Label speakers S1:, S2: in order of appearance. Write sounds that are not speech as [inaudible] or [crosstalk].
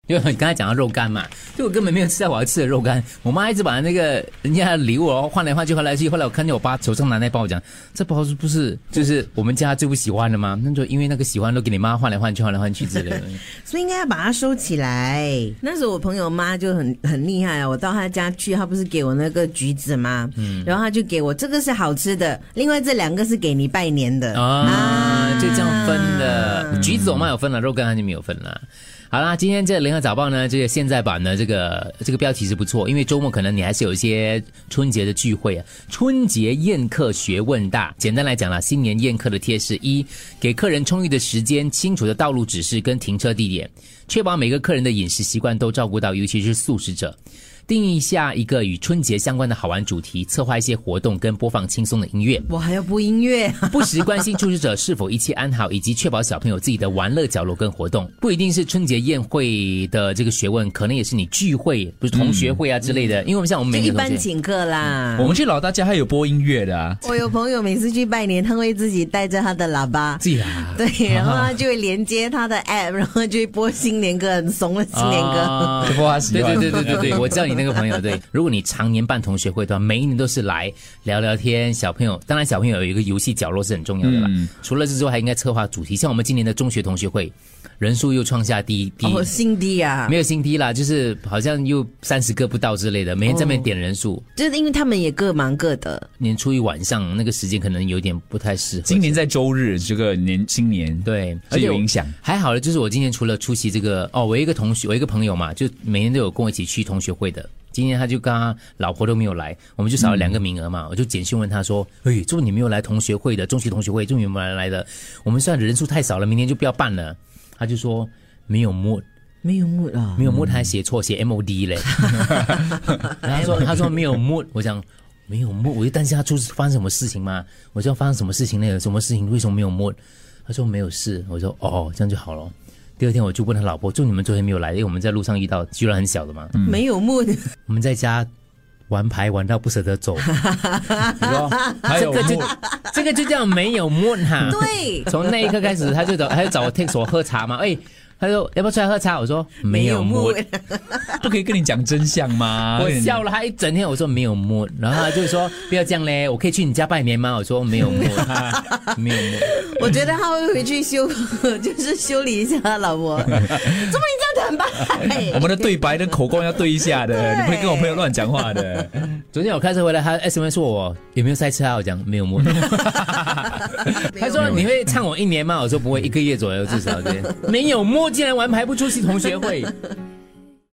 S1: [laughs] 因为你刚才讲到肉干嘛，就我根本没有吃到我要吃的肉干。我妈一直把那个人家的礼物哦换来换去，换来去。后来我看见我爸手上拿那包，我讲这包是不是就是我们家最不喜欢的吗？那就因为那个喜欢都给你妈换来换去，换来换去之类的。
S2: 所以应该要把它收起来。那时候我朋友妈就很很厉害啊，我到她家去，她不是给我那个橘子吗？然后她就给我这个是好吃的，另外这两个是给你拜年的。
S1: 啊，就这样分的。橘子我妈有分了，肉干她就没有分了。好啦，今天这《联合早报》呢，这个现在版呢，这个这个标题是不错，因为周末可能你还是有一些春节的聚会啊。春节宴客学问大，简单来讲啦，新年宴客的贴士一，给客人充裕的时间，清楚的道路指示跟停车地点，确保每个客人的饮食习惯都照顾到，尤其是素食者。定义下一个与春节相关的好玩主题，策划一些活动跟播放轻松的音乐。
S2: 我还要播音 [laughs] 乐，
S1: 不时关心出事者是否一切安好，以及确保小朋友自己的玩乐角落跟活动，不一定是春节宴会的这个学问，可能也是你聚会，比如同学会啊之类的。因为我们像我们
S2: 就
S1: 每
S2: 一
S1: 个
S2: 般
S1: 同学，
S2: 请客啦。
S1: 嗯
S3: 我们去老大家还有播音乐的啊，
S2: 我有朋友每次去拜年，他会自己带着他的喇 [laughs] 叭，
S1: 自己啦，
S2: 对，然后他就会连接他的 app，然后就会播新年歌，很怂的新年歌。
S1: 啊
S3: 播他喜
S1: 对
S3: 欢。
S1: 对对对对对，我知道你那个朋友。对，如果你常年办同学会的话，每一年都是来聊聊天，小朋友，当然小朋友有一个游戏角落是很重要的啦。
S3: 嗯
S1: 除了这之外，还应该策划主题，像我们今年的中学同学会，人数又创下第一第一
S2: 哦，新地啊
S1: 没，有新低啦，就是好像又三十个不到之类的，每天在那边点人数。
S2: 就是因为他们也各忙各的，
S1: 年初一晚上那个时间可能有点不太适合。
S3: 今年在周日，这个年新年，
S1: 对，
S3: 是有
S1: 我
S3: 影响。
S1: 还好了，就是我今年除了出席这个哦，我一个同学，我一个朋友嘛，就每年都有跟我一起去同学会的。今年他就跟他老婆都没有来，我们就少了两个名额嘛。我就简讯问他说：“哎，祝你没有来同学会的，中学同学会，祝你没有来的，我们算人数太少了，明年就不要办了。”他就说：“没有摸
S2: 没有木啊
S1: 没。有 mood 还写错，写 [laughs] MOD 嘞。然后他说他说没有 mood，我讲没有 mood，我就担心他出发生什么事情嘛。我说发生什么事情呢？有什么事情？为什么没有 mood？他说没有事。我说哦，这样就好了。第二天我就问他老婆，就你们昨天没有来，因为我们在路上遇到，居然很小的嘛。
S2: 没有木，
S1: [laughs] 我们在家玩牌玩到不舍得 [laughs] 走，
S3: 你 [laughs] 说还
S1: 这
S3: 有
S1: 个就这个就叫没有 mood 哈。
S2: 对，
S1: 从那一刻开始，他就找他就找我 text 我喝茶嘛，哎，他说要不要出来喝茶？我说没有 mood。
S3: 不可以跟你讲真相吗？
S1: 我笑了他一整天，我说没有摸，然后他就说不要这样嘞，我可以去你家拜年吗？我说没有摸， [laughs] 没有摸，
S2: [laughs] 我觉得他会回去修， [laughs] 就是修理一下他老婆。 [laughs] 怎么你这样坦白？
S3: 我们的对白的口供要对一下的，
S2: 对
S3: 你不会跟我朋友乱讲话的。
S1: 昨天我开车回来，他 S M 说我有没有塞车啊？我讲没有 [laughs] 摸，他说你会 [laughs] 唱我一年吗？我说不会，一个月左右至少对，没有摸，竟然玩牌不出席同学会，